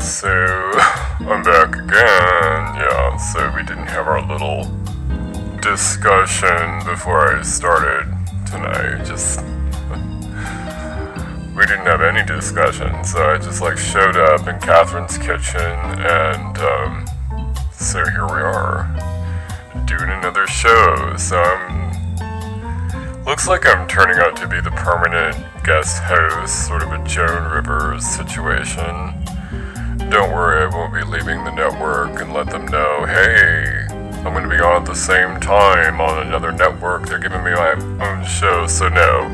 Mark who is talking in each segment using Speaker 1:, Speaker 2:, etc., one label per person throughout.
Speaker 1: so I'm back again. Yeah, so we didn't have our little discussion before I started tonight. Just we didn't have any discussion, so I just like showed up in Catherine's kitchen, and um, so here we are doing another show. So I'm looks like I'm turning out to be the permanent guest host, sort of a Joan Rivers situation. Don't worry, I won't be leaving the network and let them know, hey, I'm gonna be on at the same time on another network. They're giving me my own show, so no.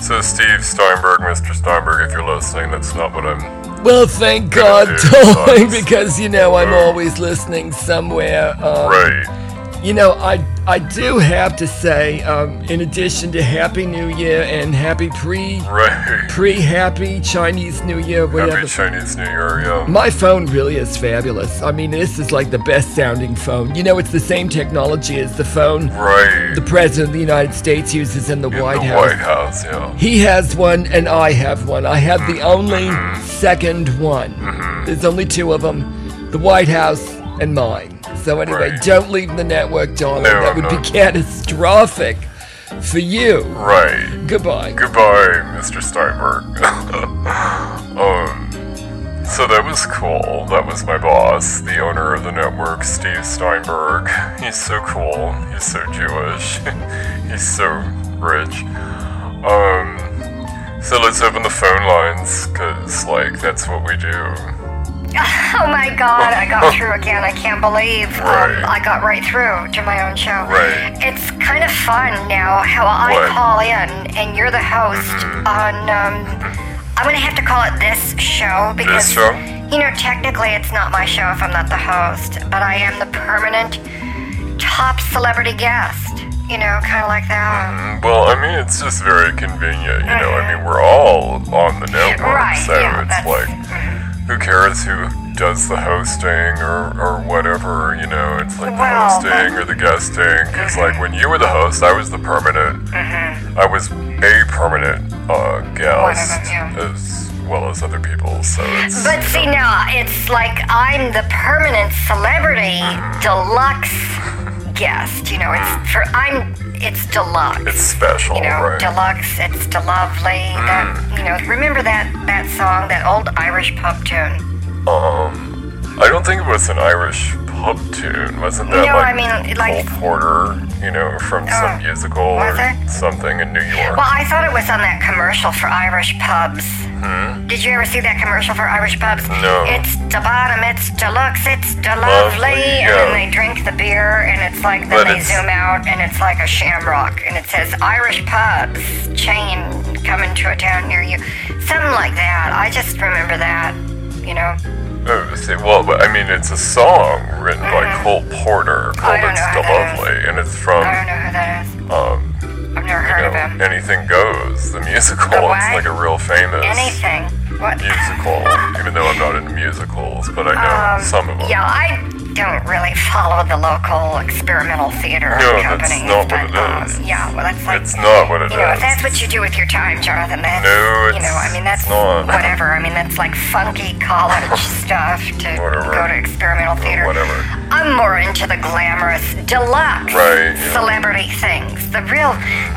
Speaker 1: So, Steve Steinberg, Mr. Steinberg, if you're listening, that's not what I'm.
Speaker 2: Well, thank God,
Speaker 1: Yeah,
Speaker 2: darling,
Speaker 1: sucks.
Speaker 2: because you know I'm
Speaker 1: Yeah.
Speaker 2: always listening somewhere. Um,
Speaker 1: Right.
Speaker 2: You know, I I do have to say, um, in addition to Happy New Year and Happy Pre
Speaker 1: Right.
Speaker 2: Pre Happy Chinese New Year, whatever.
Speaker 1: Happy Chinese New Year, yeah.
Speaker 2: My phone really is fabulous. I mean, this is like the best sounding phone. You know, it's the same technology as the phone
Speaker 1: Right.
Speaker 2: the President of the United States uses in the
Speaker 1: In
Speaker 2: White
Speaker 1: the
Speaker 2: House.
Speaker 1: White House, yeah.
Speaker 2: He has one and I have one. I have the only second one. There's only two of them the White House and mine. So, anyway,
Speaker 1: Right.
Speaker 2: don't leave the network, darling.
Speaker 1: No,
Speaker 2: that
Speaker 1: I'm
Speaker 2: would
Speaker 1: not.
Speaker 2: be catastrophic for you.
Speaker 1: Right.
Speaker 2: Goodbye.
Speaker 1: Goodbye, Mr. Steinberg. um, so that was cool. That was my boss, the owner of the network, Steve Steinberg. He's so cool. He's so Jewish. He's so rich. Um, so let's open the phone lines, cause like that's what we do.
Speaker 3: Oh my god, I got through again. I can't believe
Speaker 1: Right.
Speaker 3: um, I got right through to my own show.
Speaker 1: Right.
Speaker 3: It's kind of fun now how I
Speaker 1: What? Mm-hmm.
Speaker 3: call in and you're the host on. Um, I'm gonna have to call it this show because
Speaker 1: show?
Speaker 3: you know technically it's not my show if I'm not the host, but I am the permanent top celebrity guest. You know, kind of like
Speaker 1: Mm-hmm.
Speaker 3: that.
Speaker 1: Well, I mean, it's just very convenient, you know. I mean, we're all on the network,
Speaker 3: Right,
Speaker 1: so
Speaker 3: yeah,
Speaker 1: it's
Speaker 3: that's-
Speaker 1: like,
Speaker 3: mm-hmm.
Speaker 1: who cares who does the hosting or, or whatever, you know? It's like the
Speaker 3: Well,
Speaker 1: hosting or the guesting. Because, like, when you were the host, I was the permanent.
Speaker 3: Mm-hmm.
Speaker 1: I was a permanent uh, guest,
Speaker 3: yeah.
Speaker 1: as well as other people, so it's.
Speaker 3: But see now, it's like I'm the permanent celebrity deluxe guest. You know, it's for I'm it's deluxe.
Speaker 1: it's special,
Speaker 3: you know,
Speaker 1: right?
Speaker 3: deluxe. It's de lovely. That you know, remember that that song, that old Irish pub tune.
Speaker 1: Um, I don't think it was an Irish pub tune. Wasn't that
Speaker 3: No,
Speaker 1: like,
Speaker 3: I mean, like-
Speaker 1: Cole Porter, you know, from
Speaker 3: Oh,
Speaker 1: some musical or
Speaker 3: was it?
Speaker 1: something in New York?
Speaker 3: Well, I thought it was on that commercial for Irish pubs. Did you ever see that commercial for Irish pubs?
Speaker 1: Hmm? No.
Speaker 3: It's the bottom. It's deluxe. It's de lovely.
Speaker 1: Lovely,
Speaker 3: And then
Speaker 1: yeah.
Speaker 3: they drink the beer, and it's like then
Speaker 1: But
Speaker 3: they
Speaker 1: it's-
Speaker 3: zoom out, and it's like a shamrock, and it says Irish pubs chain coming to a town near you, something like that. I just remember that. You know.
Speaker 1: Oh, see, well, but, I mean, it's a song written by Cole Porter called
Speaker 3: Mm-hmm. don't
Speaker 1: "It's
Speaker 3: know
Speaker 1: the
Speaker 3: who that is.
Speaker 1: Lovely," and it's from
Speaker 3: I don't know who that is.
Speaker 1: um,
Speaker 3: I've never
Speaker 1: you
Speaker 3: heard of him.
Speaker 1: know, "Anything Goes," the musical.
Speaker 3: The
Speaker 1: It's
Speaker 3: what?
Speaker 1: like a real famous
Speaker 3: Anything. What?
Speaker 1: musical, even though I'm not into musicals, but I know some of them.
Speaker 3: Um, Yeah, I don't really follow the local experimental theater
Speaker 1: No, that's
Speaker 3: companies.
Speaker 1: not what
Speaker 3: but,
Speaker 1: it
Speaker 3: um,
Speaker 1: is.
Speaker 3: yeah, well, that's like
Speaker 1: It's not what it
Speaker 3: you know, if
Speaker 1: is.
Speaker 3: that's what you do with your time, Jonathan. That's,
Speaker 1: No,
Speaker 3: you know, I
Speaker 1: it's-
Speaker 3: mean, that's
Speaker 1: it's not.
Speaker 3: whatever. I mean, that's like funky college stuff to
Speaker 1: Whatever.
Speaker 3: go to experimental theater.
Speaker 1: Whatever.
Speaker 3: I'm more into the glamorous deluxe
Speaker 1: Right, yeah.
Speaker 3: celebrity things, the real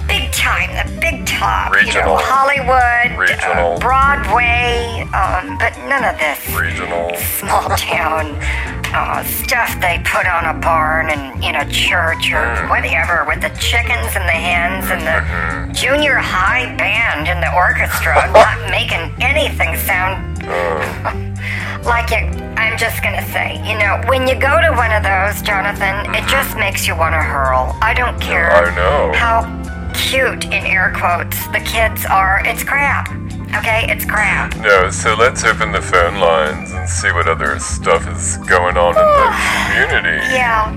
Speaker 3: big time, the big top,
Speaker 1: Regional.
Speaker 3: you know, Hollywood,
Speaker 1: Regional.
Speaker 3: Uh, Broadway, um, but none of this
Speaker 1: Regional.
Speaker 3: small town uh, stuff they put on a barn and in a church or
Speaker 1: Mm-hmm.
Speaker 3: whatever with the chickens and the hens and the
Speaker 1: Mm-hmm.
Speaker 3: junior high band and the orchestra. I'm not making anything sound
Speaker 1: Uh.
Speaker 3: like it. I'm just gonna say, you know, when you go to one of those, Jonathan, it just makes you want to hurl. I don't care
Speaker 1: Mm-hmm. I know.
Speaker 3: how cute, in air quotes, the kids are. It's crap. Okay, it's crap.
Speaker 1: No, so let's open the phone lines and see what other stuff is going on in the community.
Speaker 3: Yeah.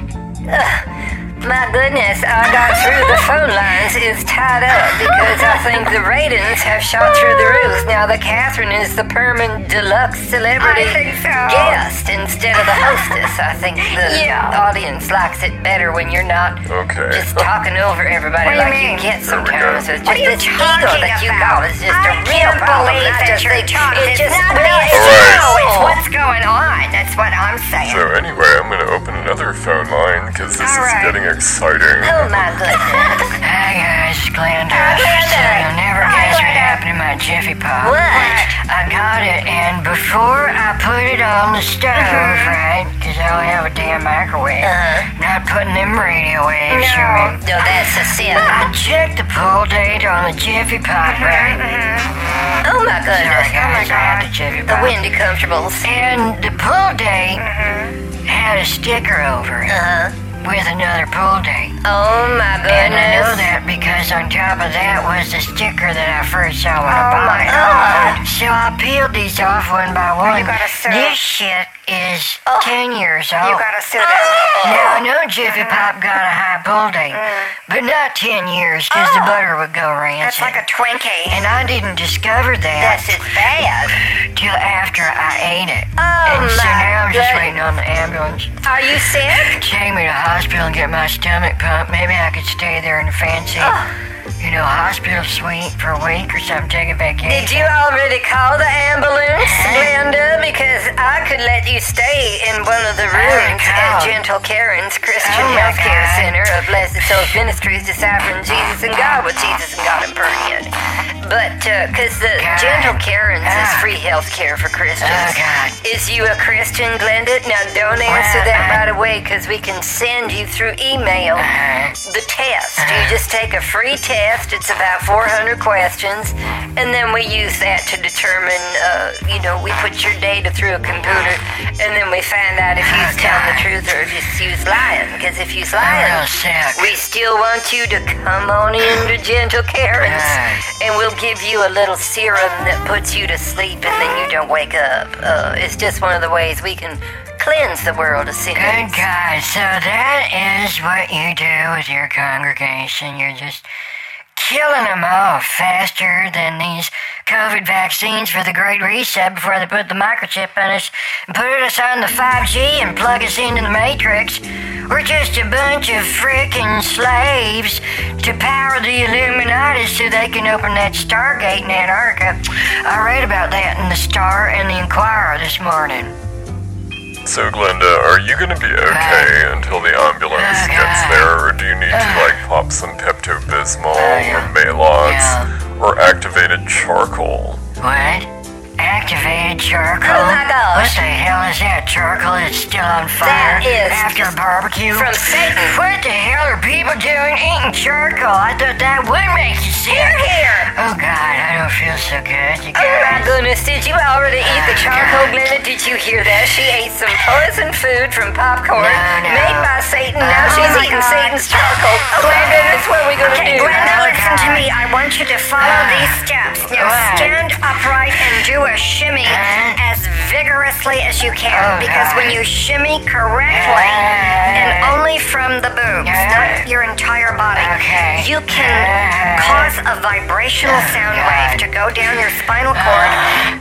Speaker 3: Ugh. My goodness, I got through the phone lines is tied up because I think the ratings have shot through the roof. Now the Catherine is the permanent deluxe celebrity guest instead of the hostess. I think the audience likes it better when you're not
Speaker 1: Okay.
Speaker 3: just talking over everybody
Speaker 4: do you
Speaker 3: like you,
Speaker 4: mean?
Speaker 3: get
Speaker 1: There we
Speaker 3: sometimes.
Speaker 1: go.
Speaker 3: It's
Speaker 4: What
Speaker 3: just
Speaker 4: are you
Speaker 3: this ego
Speaker 4: talking
Speaker 3: that you
Speaker 4: about?
Speaker 3: got is just
Speaker 4: I
Speaker 3: a real
Speaker 4: can't
Speaker 3: problem. I
Speaker 4: believe that
Speaker 3: just
Speaker 4: you're
Speaker 3: think
Speaker 4: talking.
Speaker 3: It's
Speaker 4: It's
Speaker 3: just
Speaker 4: not
Speaker 3: really
Speaker 4: about
Speaker 3: it's
Speaker 1: you.
Speaker 3: no, it's what's going on. I'm saying.
Speaker 1: So anyway, I'm gonna open another phone line because this is
Speaker 3: All right.
Speaker 1: getting exciting.
Speaker 4: Oh my goodness.
Speaker 3: Hi guys, Glenda.
Speaker 4: Glenda.
Speaker 3: So never
Speaker 4: Hi,
Speaker 3: guess what
Speaker 4: Glenda.
Speaker 3: happened to my Jiffy Pop.
Speaker 4: What?
Speaker 3: I got it, and before I put it on the stove,
Speaker 4: Mm-hmm.
Speaker 3: right? Because I don't have a damn microwave.
Speaker 4: Uh-huh.
Speaker 3: Not putting them radio waves through
Speaker 4: No.
Speaker 3: it.
Speaker 4: No, that's a sin.
Speaker 3: I checked the pull date on the Jiffy Pop, right?
Speaker 4: Mm-hmm, Oh my
Speaker 3: Sorry
Speaker 4: goodness.
Speaker 3: guys, I had the Jiffy
Speaker 4: The
Speaker 3: Pop.
Speaker 4: windy comfortables.
Speaker 3: And the pull date
Speaker 4: Mm-hmm.
Speaker 3: had a sticker over it
Speaker 4: Uh-huh.
Speaker 3: with another pull date.
Speaker 4: Oh my
Speaker 3: And I know
Speaker 4: goodness.
Speaker 3: that because on top of that was the sticker that I first saw when I
Speaker 4: Oh,
Speaker 3: bought
Speaker 4: my
Speaker 3: it.
Speaker 4: God.
Speaker 3: So I peeled these off one by one.
Speaker 5: You gotta sit.
Speaker 3: This shit is
Speaker 4: Oh.
Speaker 3: 10 years old.
Speaker 5: You gotta sit down.
Speaker 3: now I know Jiffy Pop got a high pull date, but not 10 years because the butter would go
Speaker 5: That's
Speaker 3: rancid.
Speaker 5: like a Twinkie.
Speaker 3: and I didn't discover that
Speaker 4: That's just bad.
Speaker 3: till after I ate it.
Speaker 4: Oh
Speaker 3: and so now
Speaker 4: my
Speaker 3: I'm just
Speaker 4: goodness.
Speaker 3: waiting on the ambulance.
Speaker 4: Are you sick?
Speaker 3: Take me to hospital and get my stomach pumped. Maybe I could stay there in the fancy, you know, hospital suite for a week or something. Take a vacation.
Speaker 4: Did you already call the ambulance,
Speaker 3: Uh-huh.
Speaker 4: Glenda? Because I could let you stay in one of the rooms at
Speaker 3: called.
Speaker 4: Gentle Karen's Christian
Speaker 3: Oh, my
Speaker 4: Health Care
Speaker 3: God.
Speaker 4: Center of Blessed Souls Ministries, discipling Jesus and God with Jesus and God in Perkin. But because the
Speaker 3: God.
Speaker 4: Gentle Karen's is
Speaker 3: Ah.
Speaker 4: free health care for Christians.
Speaker 3: Oh, God.
Speaker 4: Is you a Christian, Glenda? Now don't answer
Speaker 3: Well,
Speaker 4: that
Speaker 3: I-
Speaker 4: right away because we can send you through email
Speaker 3: Uh-huh.
Speaker 4: the test. You just take a free test. It's about 400 questions, and then we use that to determine. Uh, you know, we put your data through a computer, and then we find out if you're
Speaker 3: Oh,
Speaker 4: telling the truth or if you're lying. Because if you're
Speaker 3: I'm real
Speaker 4: lying,
Speaker 3: sick.
Speaker 4: we still want you to come on in to Gentle Karen's, and we'll give you a little serum that puts you to sleep, and then you don't wake up. Uh, it's just one of the ways we can cleanse the world of sin.
Speaker 3: Good God. Uh, So that is what you do with your congregation. You're just killing them off faster than these COVID vaccines for the Great Reset before they put the microchip in us and put us on the 5G and plug us into the Matrix. We're just a bunch of frickin' slaves to power the Illuminati so they can open that Stargate in Antarctica. I read about that in the Star and the Inquirer this morning.
Speaker 1: So Glenda, are you gonna be okay until the ambulance
Speaker 3: Oh,
Speaker 1: gets
Speaker 3: God.
Speaker 1: there, or do you need to like pop some Pepto Bismol
Speaker 3: Oh,
Speaker 1: or
Speaker 3: yeah.
Speaker 1: Maalox
Speaker 3: Yeah.
Speaker 1: or activated charcoal?
Speaker 3: What? Activated charcoal?
Speaker 4: Oh my gosh.
Speaker 3: What the hell is that charcoal that's still on fire?
Speaker 4: That is
Speaker 3: After a barbecue?
Speaker 4: from Satan.
Speaker 3: What the hell are people doing eating charcoal? I thought that would make you sick.
Speaker 4: Here.
Speaker 3: Oh god, I don't feel so good. You
Speaker 4: Oh my
Speaker 3: guys.
Speaker 4: goodness, did you already eat
Speaker 3: Oh,
Speaker 4: the charcoal, Glenda? Did you hear that? She ate some poison food from popcorn
Speaker 3: No, no.
Speaker 4: made by Satan. Now
Speaker 3: Oh
Speaker 4: she's
Speaker 3: my
Speaker 4: eating
Speaker 3: God.
Speaker 4: Satan's charcoal. Glenda, that's what we're gonna do.
Speaker 5: Glenda,
Speaker 3: Oh,
Speaker 5: listen to
Speaker 3: God.
Speaker 5: me. I want you to follow
Speaker 3: Ah.
Speaker 5: these steps. Now
Speaker 3: What?
Speaker 5: stand upright and do a shimmy
Speaker 3: Huh?
Speaker 5: as vigorously as you can.
Speaker 3: Oh,
Speaker 5: because when
Speaker 3: God.
Speaker 5: you shimmy correctly,
Speaker 3: Ah.
Speaker 5: and only from the boobs,
Speaker 3: Yeah.
Speaker 5: not your entire body,
Speaker 3: Okay.
Speaker 5: you can
Speaker 3: Ah.
Speaker 5: cause a vibrational
Speaker 3: Oh,
Speaker 5: sound
Speaker 3: God. Ah.
Speaker 5: wave to go down your spinal cord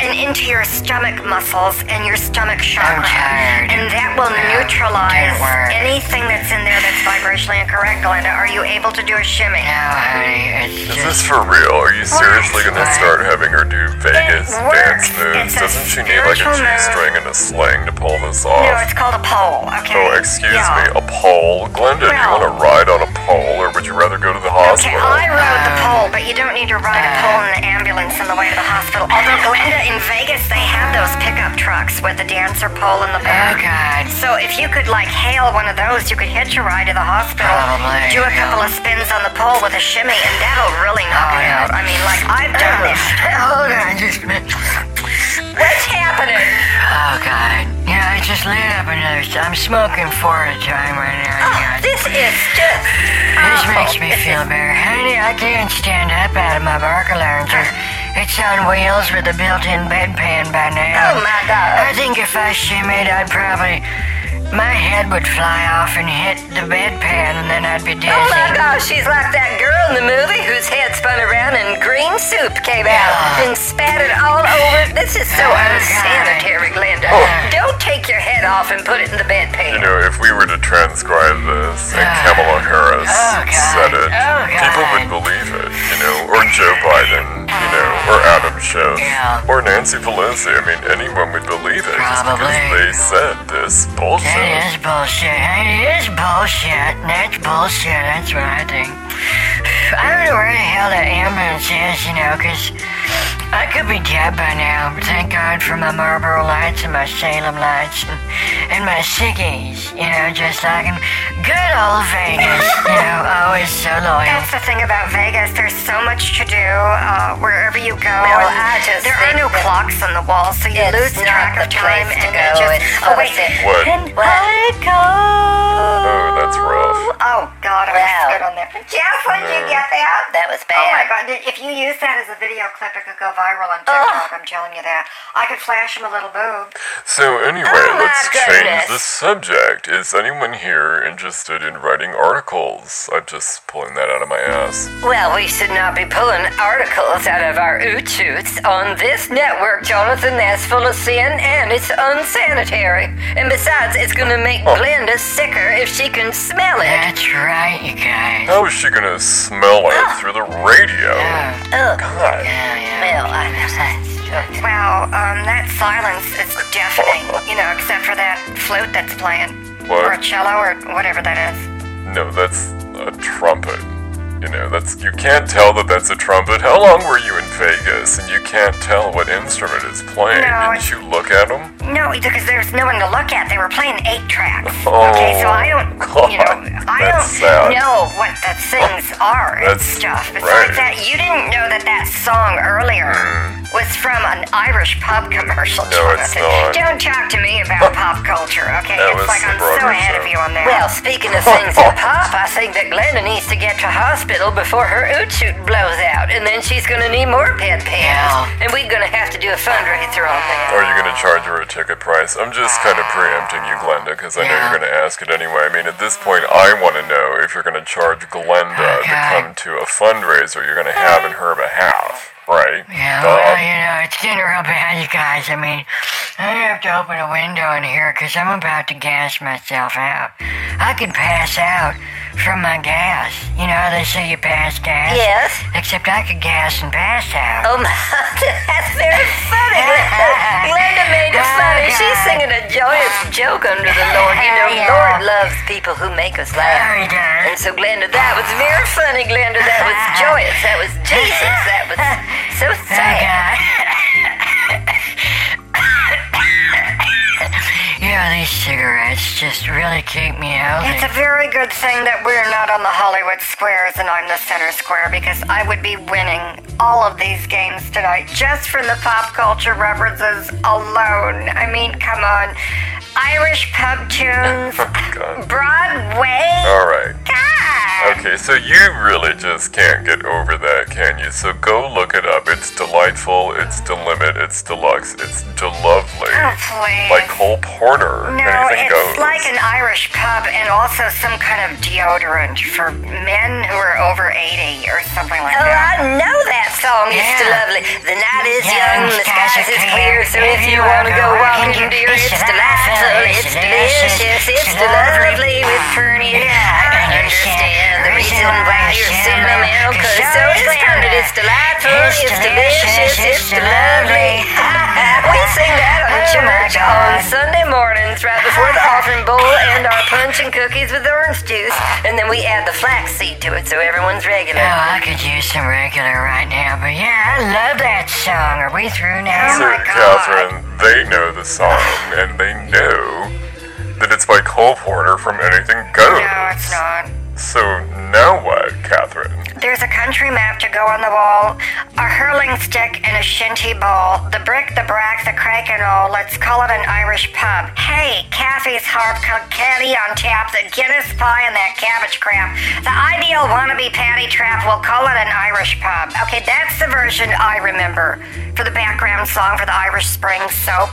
Speaker 5: and into your stomach muscles and your stomach chakra.
Speaker 3: tired.
Speaker 5: And that will
Speaker 3: Yeah.
Speaker 5: neutralize
Speaker 3: Didn't work.
Speaker 5: anything that's in there that's vibrationally incorrect, Glenda. Are you able to do a shimmy?
Speaker 3: No, Oh, honey, it's
Speaker 1: Is
Speaker 3: just...
Speaker 1: this for real? Are you seriously gonna
Speaker 3: Right.
Speaker 1: start having her do Vegas
Speaker 5: works.
Speaker 1: dance moves?
Speaker 5: It's a
Speaker 1: Doesn't she need like a
Speaker 5: spiritual
Speaker 1: G
Speaker 5: move.
Speaker 1: string and a sling to pull this
Speaker 5: No,
Speaker 1: off?
Speaker 5: it's called a pole, okay?
Speaker 1: Oh, excuse
Speaker 5: yeah.
Speaker 1: me, a pole? Glenda, do you
Speaker 5: Well-
Speaker 1: wanna ride on a pole or would you rather go to the
Speaker 5: Okay,
Speaker 1: hospital?
Speaker 5: I rode the
Speaker 4: Um,
Speaker 5: pole, but you don't need to ride a pole in the ambulance on the way to the hospital. Although, Glenda, in Vegas, they have those pickup trucks with the dancer pole in the
Speaker 3: Oh
Speaker 5: back.
Speaker 3: god.
Speaker 5: So if you could, like, hail one of those, you could hitch a ride to the hospital,
Speaker 3: Probably,
Speaker 5: do a
Speaker 3: yeah.
Speaker 5: couple of spins on the pole with a shimmy, and that'll really knock
Speaker 3: Oh,
Speaker 5: it
Speaker 3: yeah.
Speaker 5: out. I mean, like, I've done this.
Speaker 3: Hold on just a minute.
Speaker 4: What's happening?
Speaker 3: Oh god. You know, I just lit up another... I'm smoking four at a time right now. you guys.
Speaker 4: Oh, This is just
Speaker 3: This
Speaker 4: awful.
Speaker 3: makes me feel better. Honey, I can't stand up out of my barker lounge. It's on wheels with a built-in bedpan by now.
Speaker 4: Oh my God.
Speaker 3: I think if I shimmied, I'd probably... My head would fly off and hit the bedpan, and then I'd be dizzy.
Speaker 4: Oh my gosh, she's like that girl in the movie whose head spun around and green soup came out and spat it all over. This is so
Speaker 3: Oh, God.
Speaker 4: unsanitary, Glenda.
Speaker 3: Oh.
Speaker 4: Don't take your head off and put it in the
Speaker 1: You
Speaker 4: bedpan.
Speaker 1: know, if we were to transcribe this and Kamala Harris
Speaker 3: Oh, God.
Speaker 1: said it,
Speaker 3: Oh, God.
Speaker 1: people would believe it, you know, or Joe Biden, you know.
Speaker 5: Oh.
Speaker 1: or Adam Schiff,
Speaker 4: Yeah.
Speaker 1: or Nancy Pelosi. I mean, anyone would believe it just because
Speaker 4: Probably.
Speaker 1: they said this
Speaker 4: That
Speaker 1: bullshit.
Speaker 4: is bullshit. That is bullshit. That's bullshit. That's what I think. I don't know where the hell that ambulance is, you know, 'cause I could be dead by now. But thank God for my Marlboro lights and my Salem lights and, and my ciggies, you know, just like in good old Vegas, you know, always so loyal.
Speaker 3: That's the thing about Vegas. There's so much to do uh, wherever you go.
Speaker 4: Well,
Speaker 3: and
Speaker 4: I just
Speaker 3: there are
Speaker 4: think
Speaker 3: no
Speaker 4: that
Speaker 3: clocks on the wall, so you lose
Speaker 4: it's not
Speaker 3: track of
Speaker 4: the
Speaker 3: time.
Speaker 4: place to
Speaker 3: and it
Speaker 4: go.
Speaker 3: just,
Speaker 4: It's
Speaker 3: oh wait,
Speaker 4: opposite.
Speaker 1: What?
Speaker 3: Pinhood
Speaker 1: Oh, that's rough.
Speaker 3: Oh God, I
Speaker 4: Wow.
Speaker 3: was good on there. Jeff, when did you get that?
Speaker 4: Mm. That was bad.
Speaker 3: Oh my God! If you use that as a video clip, it could go viral on TikTok. I'm telling you that. I could flash him a little boob.
Speaker 1: So anyway,
Speaker 4: Oh, my
Speaker 1: let's change
Speaker 4: goodness.
Speaker 1: the subject. Is anyone here interested in writing articles? I'm just pulling that out of my ass.
Speaker 4: Well, we should not be pulling articles out of our ooh-toots on this network, Jonathan. That's full of sin and it's unsanitary. And besides, it's gonna make
Speaker 3: Oh.
Speaker 4: Glenda sicker if she can smell it.
Speaker 6: That's right, you guys.
Speaker 1: How is she gonna smell
Speaker 3: Ah.
Speaker 1: it through the radio?
Speaker 4: Ugh.
Speaker 1: God.
Speaker 6: Yeah, yeah.
Speaker 4: Well, I that's true.
Speaker 3: Wow, um, that silence is deafening. You know, except for that flute that's playing,
Speaker 1: What?
Speaker 3: or a cello, or whatever that is.
Speaker 1: No, that's a trumpet. You know, that's you can't tell that that's a trumpet. How long were you in Vegas and you can't tell what instrument is playing?
Speaker 3: No,
Speaker 1: Didn't you look at them?
Speaker 3: No, because there's no one to look at. They were playing eight tracks.
Speaker 1: Oh,
Speaker 3: okay, so I don't, you know,
Speaker 1: God,
Speaker 3: I
Speaker 1: that's
Speaker 3: don't
Speaker 1: sad.
Speaker 3: know what the things are and
Speaker 1: That's
Speaker 3: stuff.
Speaker 1: right. Mm.
Speaker 3: Besides that, you didn't know that that song earlier was from an Irish pub commercial.
Speaker 1: No, it's
Speaker 3: Jonathan.
Speaker 1: not.
Speaker 3: Don't talk to me about pop culture, okay?
Speaker 1: That was
Speaker 3: it's like I'm
Speaker 1: Broadway
Speaker 3: so ahead
Speaker 1: show.
Speaker 3: of you on that.
Speaker 4: Well, speaking of things that pop, I think that Glenda needs to get to hospital before her ooh-toot blows out, and then she's gonna need more pet pants.
Speaker 6: Yeah.
Speaker 4: And we're gonna have to do a fundraiser on that.
Speaker 1: Are you going to charge her a ticket price? I'm just kind of preempting you, Glenda, because I know you're going to ask it anyway. I mean, at this point, I want to know if you're going to charge Glenda to
Speaker 6: Okay.
Speaker 1: come to a fundraiser you're going to have in her behalf, right?
Speaker 6: Yeah,
Speaker 1: Duh.
Speaker 6: well, you know, it's getting real bad, you guys. I mean, I have to open a window in here 'cause I'm about to gas myself out. I could pass out from my gas. You know, how they say you pass gas.
Speaker 4: Yes.
Speaker 6: Except I could gas and pass out.
Speaker 4: Oh my, that's very funny. Glenda made it funny. She's singing a joyous joke under the Lord. You know,
Speaker 6: Yeah.
Speaker 4: Lord loves people who make us
Speaker 6: There
Speaker 4: laugh.
Speaker 6: he does.
Speaker 4: And so, Glenda, that was very funny, Glenda. That was joyous. That was Jesus. That was so sad.
Speaker 6: you know, these cigarettes just really keep me healthy.
Speaker 3: It's a very good thing that we're not on the Hollywood squares and I'm the center square because I would be winning all of these games tonight just from the pop culture references alone. I mean, come on. Irish pub tunes,
Speaker 1: God. Oh,
Speaker 3: Broadway.
Speaker 1: All right.
Speaker 3: God.
Speaker 1: Okay, so you really just can't get over that, can you? So go look it up. It's delightful, it's delimit, it's deluxe, it's delovely.
Speaker 3: Oh, please.
Speaker 1: Like Cole Porter,
Speaker 3: no,
Speaker 1: anything
Speaker 3: it's
Speaker 1: goes.
Speaker 3: like an Irish pub and also some kind of deodorant for men who are over 80 or something like
Speaker 4: Oh,
Speaker 3: that.
Speaker 4: I know that song. It's
Speaker 6: Yeah.
Speaker 4: still lovely. The night is
Speaker 6: Yeah,
Speaker 4: young,
Speaker 6: and
Speaker 4: the
Speaker 6: skies
Speaker 4: skies
Speaker 6: are
Speaker 4: is clear.
Speaker 6: clear.
Speaker 4: So if you want to go walking, dear, it's delightful, it's delicious, it's lovely with Fernie. I understand the reason why you're sentimental, 'cause so is grounded. It's delightful, it's delicious, it's lovely. we sing that on
Speaker 6: Oh, my
Speaker 4: church on
Speaker 6: God.
Speaker 4: Sunday mornings right before the offering bowl and our punch and cookies with orange juice. And then we add the flaxseed to it so everyone's regular.
Speaker 6: Oh, I could use some regular right now, but yeah, I love that song. Are we through now?
Speaker 1: So, Catherine, they know the song, and they know that it's by Cole Porter from Anything Goes.
Speaker 3: No, it's not.
Speaker 1: So now what, Catherine?
Speaker 3: There's a country map to go on the wall, a hurling stick and a shinty ball, the brick, the brack, the crack and all. Let's call it an Irish pub. Hey, Kathy's harp, Kilkenny on tap, the Guinness pie and that cabbage crap. The ideal wannabe patty trap, we'll call it an Irish pub. Okay, that's the version I remember for the background song for the Irish Spring soap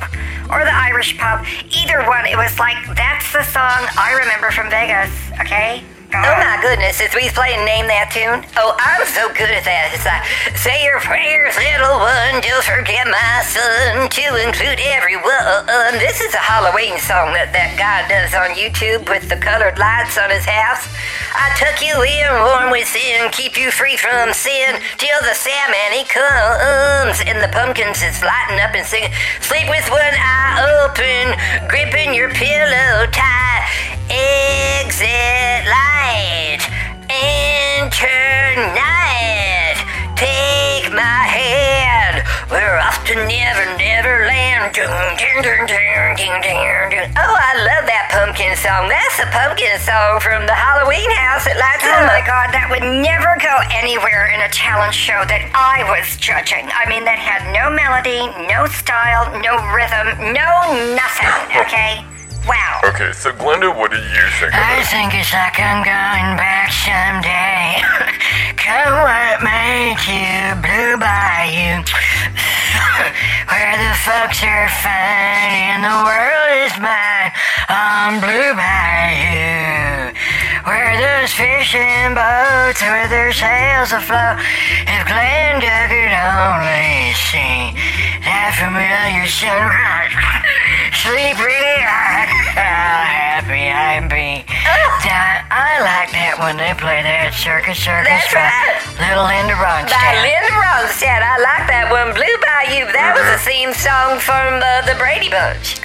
Speaker 3: or the Irish pub. Either one, it was like, that's the song I remember from Vegas, okay?
Speaker 4: Oh my goodness, if we play and name that tune, oh, I'm so good at that. It's like, say your prayers, little one, don't forget my son, to include everyone. This is a Halloween song that that guy does on YouTube with the colored lights on his house. I took you in, warm with sin, keep you free from sin, till the Sandman he comes. And the pumpkins is lighting up and singing, sleep with one eye open, gripping your pillow tight. Exit light, enter night. Take my hand, we're off to never, never land. Dun, dun, dun, dun, dun, dun, dun. Oh, I love that pumpkin song. That's a pumpkin song from the Halloween house at Lights
Speaker 5: Oh my
Speaker 4: Up.
Speaker 5: god, that would never go anywhere in a talent show that I was judging. I mean, that had no melody, no style, no rhythm, no nothing, okay? Wow.
Speaker 1: Okay, so Glenda, what do you think of
Speaker 6: I
Speaker 1: it?
Speaker 6: think it's like I'm going back someday. Come what may to Blue Bayou, where the folks are fine and the world is mine on Blue Bayou. Where those fishing boats with their sails afloat, if Glenda could only see that familiar sunrise, sleepy eyed, how happy I'd be. Di- I like that when they play that circus circus
Speaker 4: That's
Speaker 6: by
Speaker 4: right.
Speaker 6: Little Linda
Speaker 4: By
Speaker 6: Ronstadt.
Speaker 4: Linda Ronstadt. I like that one. Blue Bayou. That was a theme song from uh, the Brady Bunch.
Speaker 1: Oh,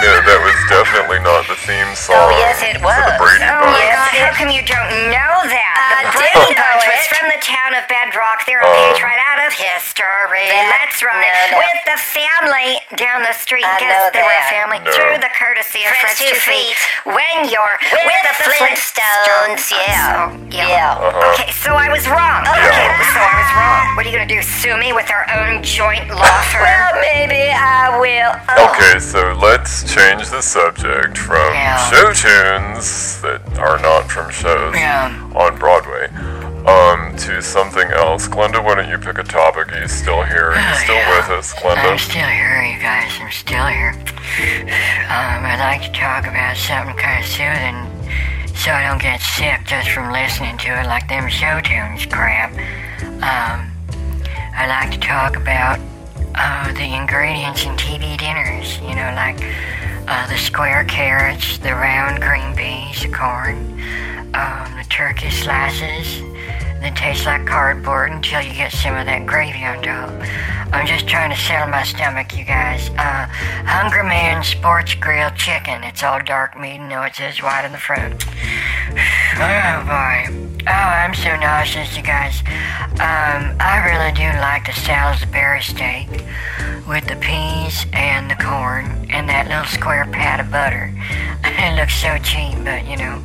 Speaker 1: no, that was definitely not the theme song.
Speaker 4: Oh, yes, it was.
Speaker 1: For the Brady
Speaker 5: Oh
Speaker 4: Oh,
Speaker 5: my
Speaker 1: Bunch.
Speaker 5: god, how come you don't know that?
Speaker 4: I
Speaker 5: The Brady
Speaker 4: didn't know
Speaker 5: Bunch was
Speaker 4: it.
Speaker 5: from the town of Bedrock. They're a
Speaker 1: Oh.
Speaker 5: page right out of history.
Speaker 4: That-
Speaker 5: That's right.
Speaker 4: no, no.
Speaker 5: With the family down the street.
Speaker 4: I know
Speaker 5: Guess they were
Speaker 4: that.
Speaker 5: a family
Speaker 1: No.
Speaker 5: through the courtesy of
Speaker 4: Friends
Speaker 5: Friends
Speaker 4: Two
Speaker 5: Two Feet. When you're
Speaker 4: With the Flintstones, yeah.
Speaker 5: So,
Speaker 4: Yeah.
Speaker 1: Uh-huh.
Speaker 5: Okay, so I was wrong. Okay, so I was wrong. What are you gonna do? Sue me with our own joint law
Speaker 4: Well,
Speaker 5: firm?
Speaker 4: maybe I will. Oh,
Speaker 1: Okay, so let's change the subject from
Speaker 6: Yeah.
Speaker 1: show tunes that are not from shows
Speaker 6: Yeah.
Speaker 1: on Broadway um, to something else. Glenda, why don't you pick a topic? Are you still here? Are you
Speaker 6: Oh,
Speaker 1: still
Speaker 6: yeah.
Speaker 1: with us, Glenda?
Speaker 6: I'm still here, you guys. I'm still here. Um, I'd like to talk about something kind of soothing so I don't get sick just from listening to it like them show tunes crap. Um, I'd like to talk about uh, the ingredients in TV dinners, you know, like uh, the square carrots, the round green beans, the corn, um, the turkey slices. They taste like cardboard until you get some of that gravy on top. I'm just trying to settle my stomach, you guys. Uh, Hunger Man Sports Grill Chicken. It's all dark meat and no, it says white on the front. Oh boy. Oh, I'm so nauseous, you guys. Um, I really do like the Salisbury steak with the peas and the corn and that little square pat of butter. it looks so cheap, but you know,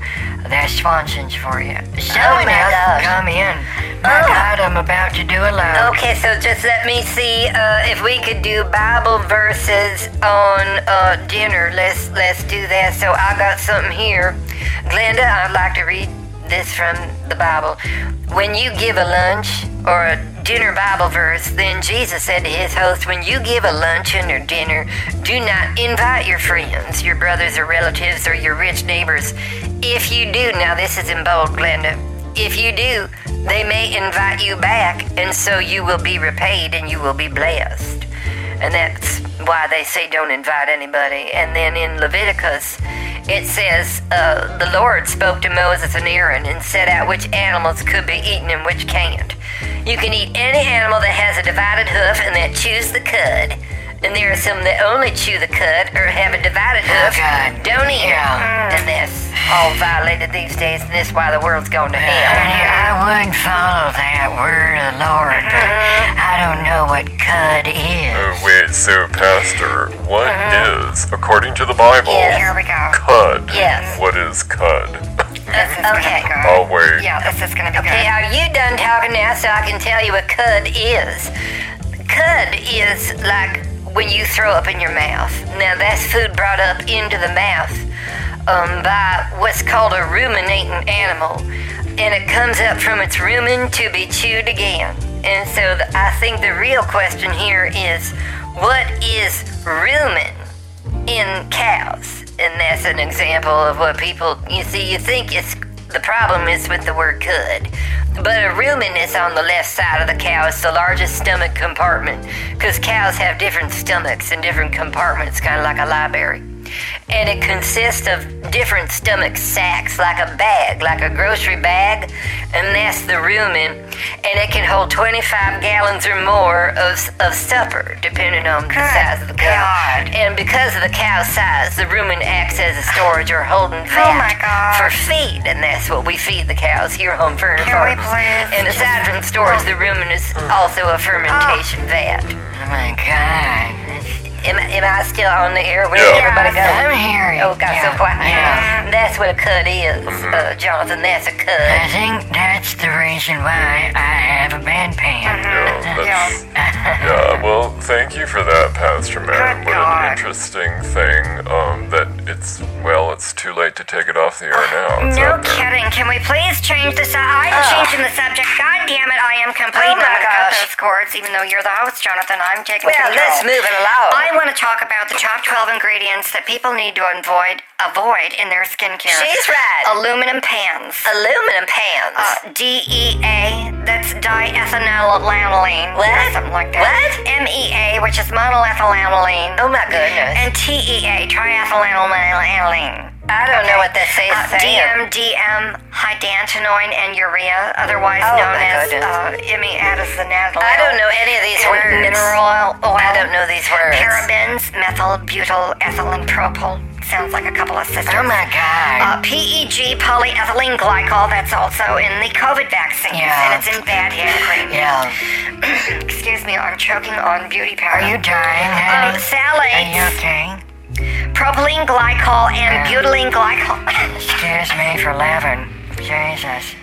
Speaker 6: that's Swanson's for you. So
Speaker 4: Oh, my
Speaker 6: now,
Speaker 4: gosh.
Speaker 6: come in. My
Speaker 4: Oh.
Speaker 6: God, I'm about to do a load.
Speaker 4: Okay, so just let me see uh, if we could do Bible verses on uh, dinner. Let's let's do that. So I got something here, Glenda. I'd like to read this from the Bible. When you give a lunch or a dinner Bible verse, then Jesus said to his host, "When you give a luncheon or dinner, do not invite your friends, your brothers or relatives, or your rich neighbors. If you do, now this is in bold, Glenda." If you do, they may invite you back, and so you will be repaid and you will be blessed. And that's why they say don't invite anybody. And then in Leviticus, it says, uh, The Lord spoke to Moses and Aaron and set out which animals could be eaten and which can't. You can eat any animal that has a divided hoof and that chews the cud. And there are some that only chew the cud or have a divided hoof.
Speaker 6: God.
Speaker 4: Don't eat it.
Speaker 6: Yeah.
Speaker 4: And that's all violated these days, and that's why the world's going to hell.
Speaker 6: Ernie, I would follow that word of the Lord, but I don't know what cud is.
Speaker 1: Oh, wait, so, Pastor, what is, according to the Bible,
Speaker 5: Here we go.
Speaker 1: cud?
Speaker 4: Yes.
Speaker 1: What is cud?
Speaker 5: This is
Speaker 4: Okay.
Speaker 5: gonna be good.
Speaker 1: Oh, wait.
Speaker 5: Yeah, this is gonna be
Speaker 4: Okay,
Speaker 5: good.
Speaker 4: are you done talking now so I can tell you what cud is? Cud is like when you throw up in your mouth. Now, that's food brought up into the mouth um, by what's called a ruminating animal, and it comes up from its rumen to be chewed again. And so th- I think the real question here is what is rumen? in cows. And that's an example of what people, you see, you think it's The problem is with the word could. But a rumen is on the left side of the cow. It's the largest stomach compartment because cows have different stomachs and different compartments, kind of like a library. And it consists of different stomach sacks, like a bag, like a grocery bag, and that's the rumen. And it can hold 25 gallons or more of, of supper, depending on the size of the cow.
Speaker 3: God.
Speaker 4: And because of the cow's size, the rumen acts as a storage or holding
Speaker 5: Oh
Speaker 4: vat
Speaker 3: Oh my God.
Speaker 4: for feed, and that's what we feed the cows here on Vernon
Speaker 3: Can we
Speaker 4: Farms.
Speaker 3: please
Speaker 4: and aside from storage, the rumen is also a fermentation vat.
Speaker 6: Oh my god.
Speaker 4: Am, am I still on the air? Where
Speaker 1: Yeah.
Speaker 4: everybody go?
Speaker 6: I'm hearing.
Speaker 4: Oh, got so quiet. That's what a cut is, uh, Jonathan. That's a
Speaker 6: I
Speaker 4: cut.
Speaker 6: think that's the reason why I have a bedpan.
Speaker 5: Mm,
Speaker 1: Yeah, that's, yeah, well, thank you for that, Pastor Man. What an interesting thing um, that it's, well, it's too late to take it off the air now. It's
Speaker 3: No
Speaker 1: out there.
Speaker 3: kidding. Can we please change the subject? I am changing the subject. God damn it, I am complete. I'm
Speaker 4: Oh my
Speaker 3: gonna cut
Speaker 4: gosh.
Speaker 3: those cords, even though you're the host, Jonathan. I'm taking
Speaker 4: Well,
Speaker 3: control.
Speaker 4: let's move it along.
Speaker 3: I want to talk about the top 12 ingredients that people need to avoid avoid in their skincare.
Speaker 4: She's right.
Speaker 3: Oh. Aluminum pans.
Speaker 4: Aluminum pans.
Speaker 3: Uh, DEA, that's diethanolanolene.
Speaker 4: What?
Speaker 3: Or something like that.
Speaker 4: What?
Speaker 3: MEA, which is monoethylanolene.
Speaker 4: oh my goodness.
Speaker 3: And E TEA, triethylanolene.
Speaker 4: I don't know what that says.
Speaker 3: Uh,
Speaker 4: Sam.
Speaker 3: DMDM, hydantinoin, and urea, otherwise
Speaker 4: Oh,
Speaker 3: known
Speaker 4: my
Speaker 3: as
Speaker 4: goodness.
Speaker 3: uh, imidazosanadalyl.
Speaker 4: I don't know any of these
Speaker 3: and
Speaker 4: words.
Speaker 3: Mineral oil, oil.
Speaker 4: I don't know these words.
Speaker 3: Parabens, methyl, butyl, ethyl, and propyl. Sounds like a couple of sisters.
Speaker 6: Oh my god.
Speaker 3: Uh, PEG, polyethylene glycol, that's also in the COVID vaccines,
Speaker 6: Yeah.
Speaker 3: and it's in bad hand cream.
Speaker 6: yeah.
Speaker 3: Excuse me, I'm choking on beauty
Speaker 6: Are
Speaker 3: powder.
Speaker 6: you dying,
Speaker 3: Uh,
Speaker 6: honey? Are you
Speaker 3: phthalates,
Speaker 6: okay?
Speaker 3: propylene glycol, and
Speaker 6: Yeah.
Speaker 3: butylene glycol.
Speaker 6: Excuse me for laughing. Jesus.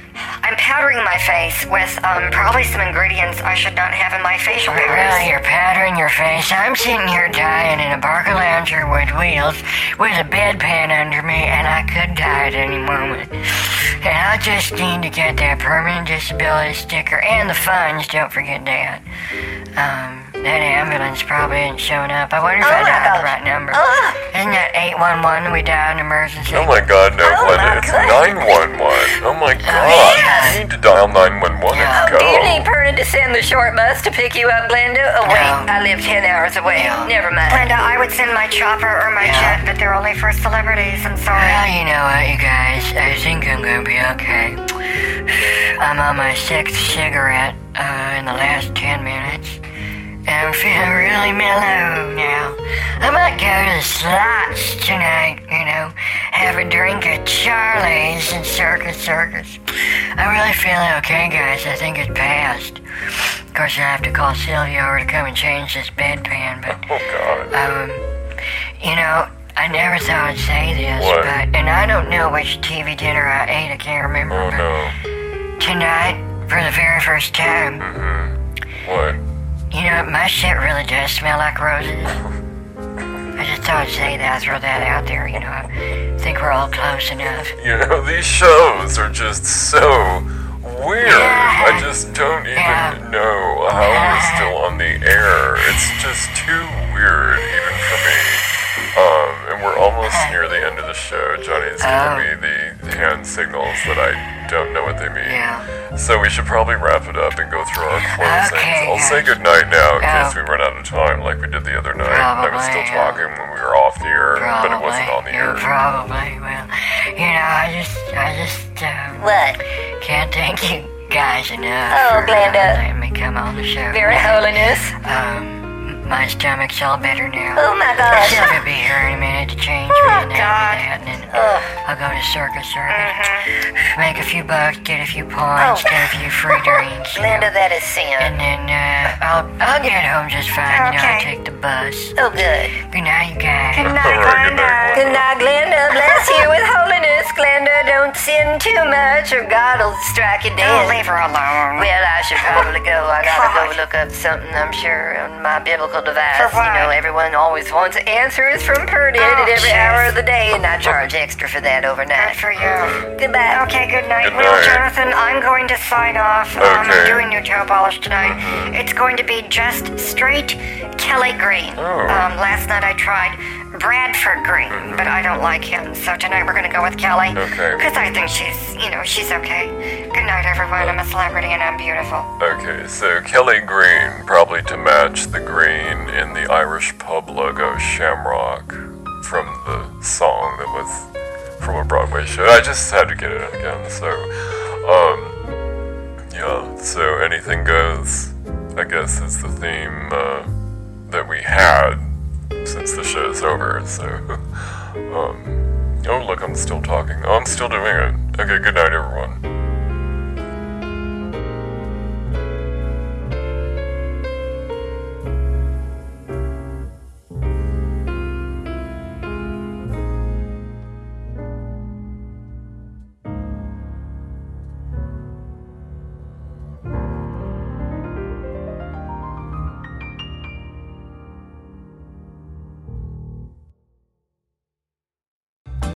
Speaker 3: I'm powdering my face with um, probably some ingredients I should not have in my facial
Speaker 6: But really,
Speaker 3: powders.
Speaker 6: you're powdering your face. I'm sitting here dying in a barker lounger with wheels, with a bedpan under me, and I could die at any moment. And I just need to get that permanent disability sticker and the funds. Don't forget that. Um, that ambulance probably ain't showing up. I wonder if I
Speaker 4: Oh my
Speaker 6: dialed
Speaker 4: gosh.
Speaker 6: the right number.
Speaker 4: Oh.
Speaker 6: Isn't that 811? We dial an emergency.
Speaker 1: Oh my god, no,
Speaker 4: Oh
Speaker 1: Glenda,
Speaker 4: my
Speaker 1: it's
Speaker 4: God.
Speaker 1: 911. Oh my god, you need to dial 911 and
Speaker 4: Do Oh, you need
Speaker 1: go.
Speaker 4: Perna to send the short bus to pick you up, Glenda? Oh, wait.
Speaker 6: No.
Speaker 4: I live 10 hours away.
Speaker 6: No.
Speaker 4: Never mind.
Speaker 3: Brenda, uh, I would send my chopper or my jet, but they're only for celebrities. I'm
Speaker 6: Well,
Speaker 3: sorry.
Speaker 6: you know what, you guys? I think I'm gonna be okay. I'm on my sixth cigarette uh, in the last ten minutes, and I'm feeling really mellow now. I might go to the slots tonight, you know, have a drink at Charlie's and Circus Circus. I'm really feeling okay, guys. I think it passed. Of course, I have to call Sylvia over to come and change this bedpan, but.
Speaker 1: Oh god.
Speaker 6: Um, you know, I never thought I'd say this,
Speaker 1: What?
Speaker 6: but and I don't know which TV dinner I ate. I can't remember.
Speaker 1: Oh
Speaker 6: but
Speaker 1: no.
Speaker 6: Tonight, for the very first time,
Speaker 1: What?
Speaker 6: you know, my shit really does smell like roses. I just thought I'd say that, throw that out there. You know, I think we're all close enough.
Speaker 1: You know, these shows are just so weird.
Speaker 6: Yeah.
Speaker 1: I just don't even
Speaker 6: Yeah.
Speaker 1: know how we're
Speaker 6: Yeah.
Speaker 1: still on the air. It's just too weird, even for me. Um, and we're almost near the end of the show. Johnny's
Speaker 6: Oh.
Speaker 1: giving me the hand signals that I don't know what they mean.
Speaker 6: Yeah.
Speaker 1: So we should probably wrap it up and go through our closings.
Speaker 6: Okay,
Speaker 1: I'll
Speaker 6: guys.
Speaker 1: say goodnight now in
Speaker 6: Yeah.
Speaker 1: case we run out of time like we did the other night. I was still
Speaker 6: Probably, yeah.
Speaker 1: talking when we were off the air,
Speaker 6: Probably.
Speaker 1: but it wasn't on the
Speaker 6: yeah,
Speaker 1: air.
Speaker 6: Probably. Well, you know, I just, I just. Um,
Speaker 4: What?
Speaker 6: Can't thank you guys enough.
Speaker 4: Oh,
Speaker 6: for, uh,
Speaker 4: Glenda.
Speaker 6: letting me come on the show.
Speaker 4: Very holiness.
Speaker 6: Um, my stomach's all better now.
Speaker 4: Oh my gosh. Oh
Speaker 6: She'll be here in a minute to change me and
Speaker 4: God.
Speaker 6: that and that, and then I'll go to Circus Circus, make a few bucks, get a few
Speaker 4: Mm-hmm.
Speaker 6: points,
Speaker 4: Oh.
Speaker 6: get a few free drinks. you
Speaker 4: Glenda,
Speaker 6: know.
Speaker 4: that is sin.
Speaker 6: And then uh, I'll I'll get home just fine. You know,
Speaker 3: Okay.
Speaker 6: I'll take the bus.
Speaker 4: Oh, good.
Speaker 6: Good night, you guys.
Speaker 1: All
Speaker 3: Good night,
Speaker 1: right, good
Speaker 3: Brenda.
Speaker 1: night.
Speaker 4: Good night, Glenda. Bless you with holiness, Glenda. Don't sin too much or God will strike you
Speaker 3: Oh,
Speaker 4: dead.
Speaker 3: leave her alone.
Speaker 4: Well, I should probably go. I gotta
Speaker 3: God.
Speaker 4: go look up something, I'm sure, on my biblical device.
Speaker 3: For what?
Speaker 4: You know, everyone always wants answers from Perdid at
Speaker 3: Oh,
Speaker 4: every
Speaker 3: jeez.
Speaker 4: hour of the day, and I charge extra for that
Speaker 3: Good
Speaker 4: overnight.
Speaker 3: for you.
Speaker 4: Goodbye.
Speaker 3: Okay, good night.
Speaker 1: Good
Speaker 3: Well,
Speaker 1: night.
Speaker 3: Jonathan, I'm going to sign off. Um,
Speaker 1: Okay. Mm-hmm.
Speaker 3: I'm doing your toe polish tonight. It's going to be just straight
Speaker 6: Kelly Green.
Speaker 1: Oh. Mm-hmm.
Speaker 6: Um, last night I tried Bradford Green, but I don't like him. So tonight we're gonna go with Kelly.
Speaker 1: Okay.
Speaker 6: Because I think she's, you know, she's okay. Good night, everyone. I'm a celebrity and I'm beautiful.
Speaker 1: Okay, so Kelly Green, probably to match the green in the Irish pub logo Shamrock from the song that was from a Broadway show. I just had to get it again, so um yeah, so anything goes, I guess is the theme uh, that we had since the show's over, so um oh look, I'm still talking. Oh, I'm still doing it. Okay, good night everyone.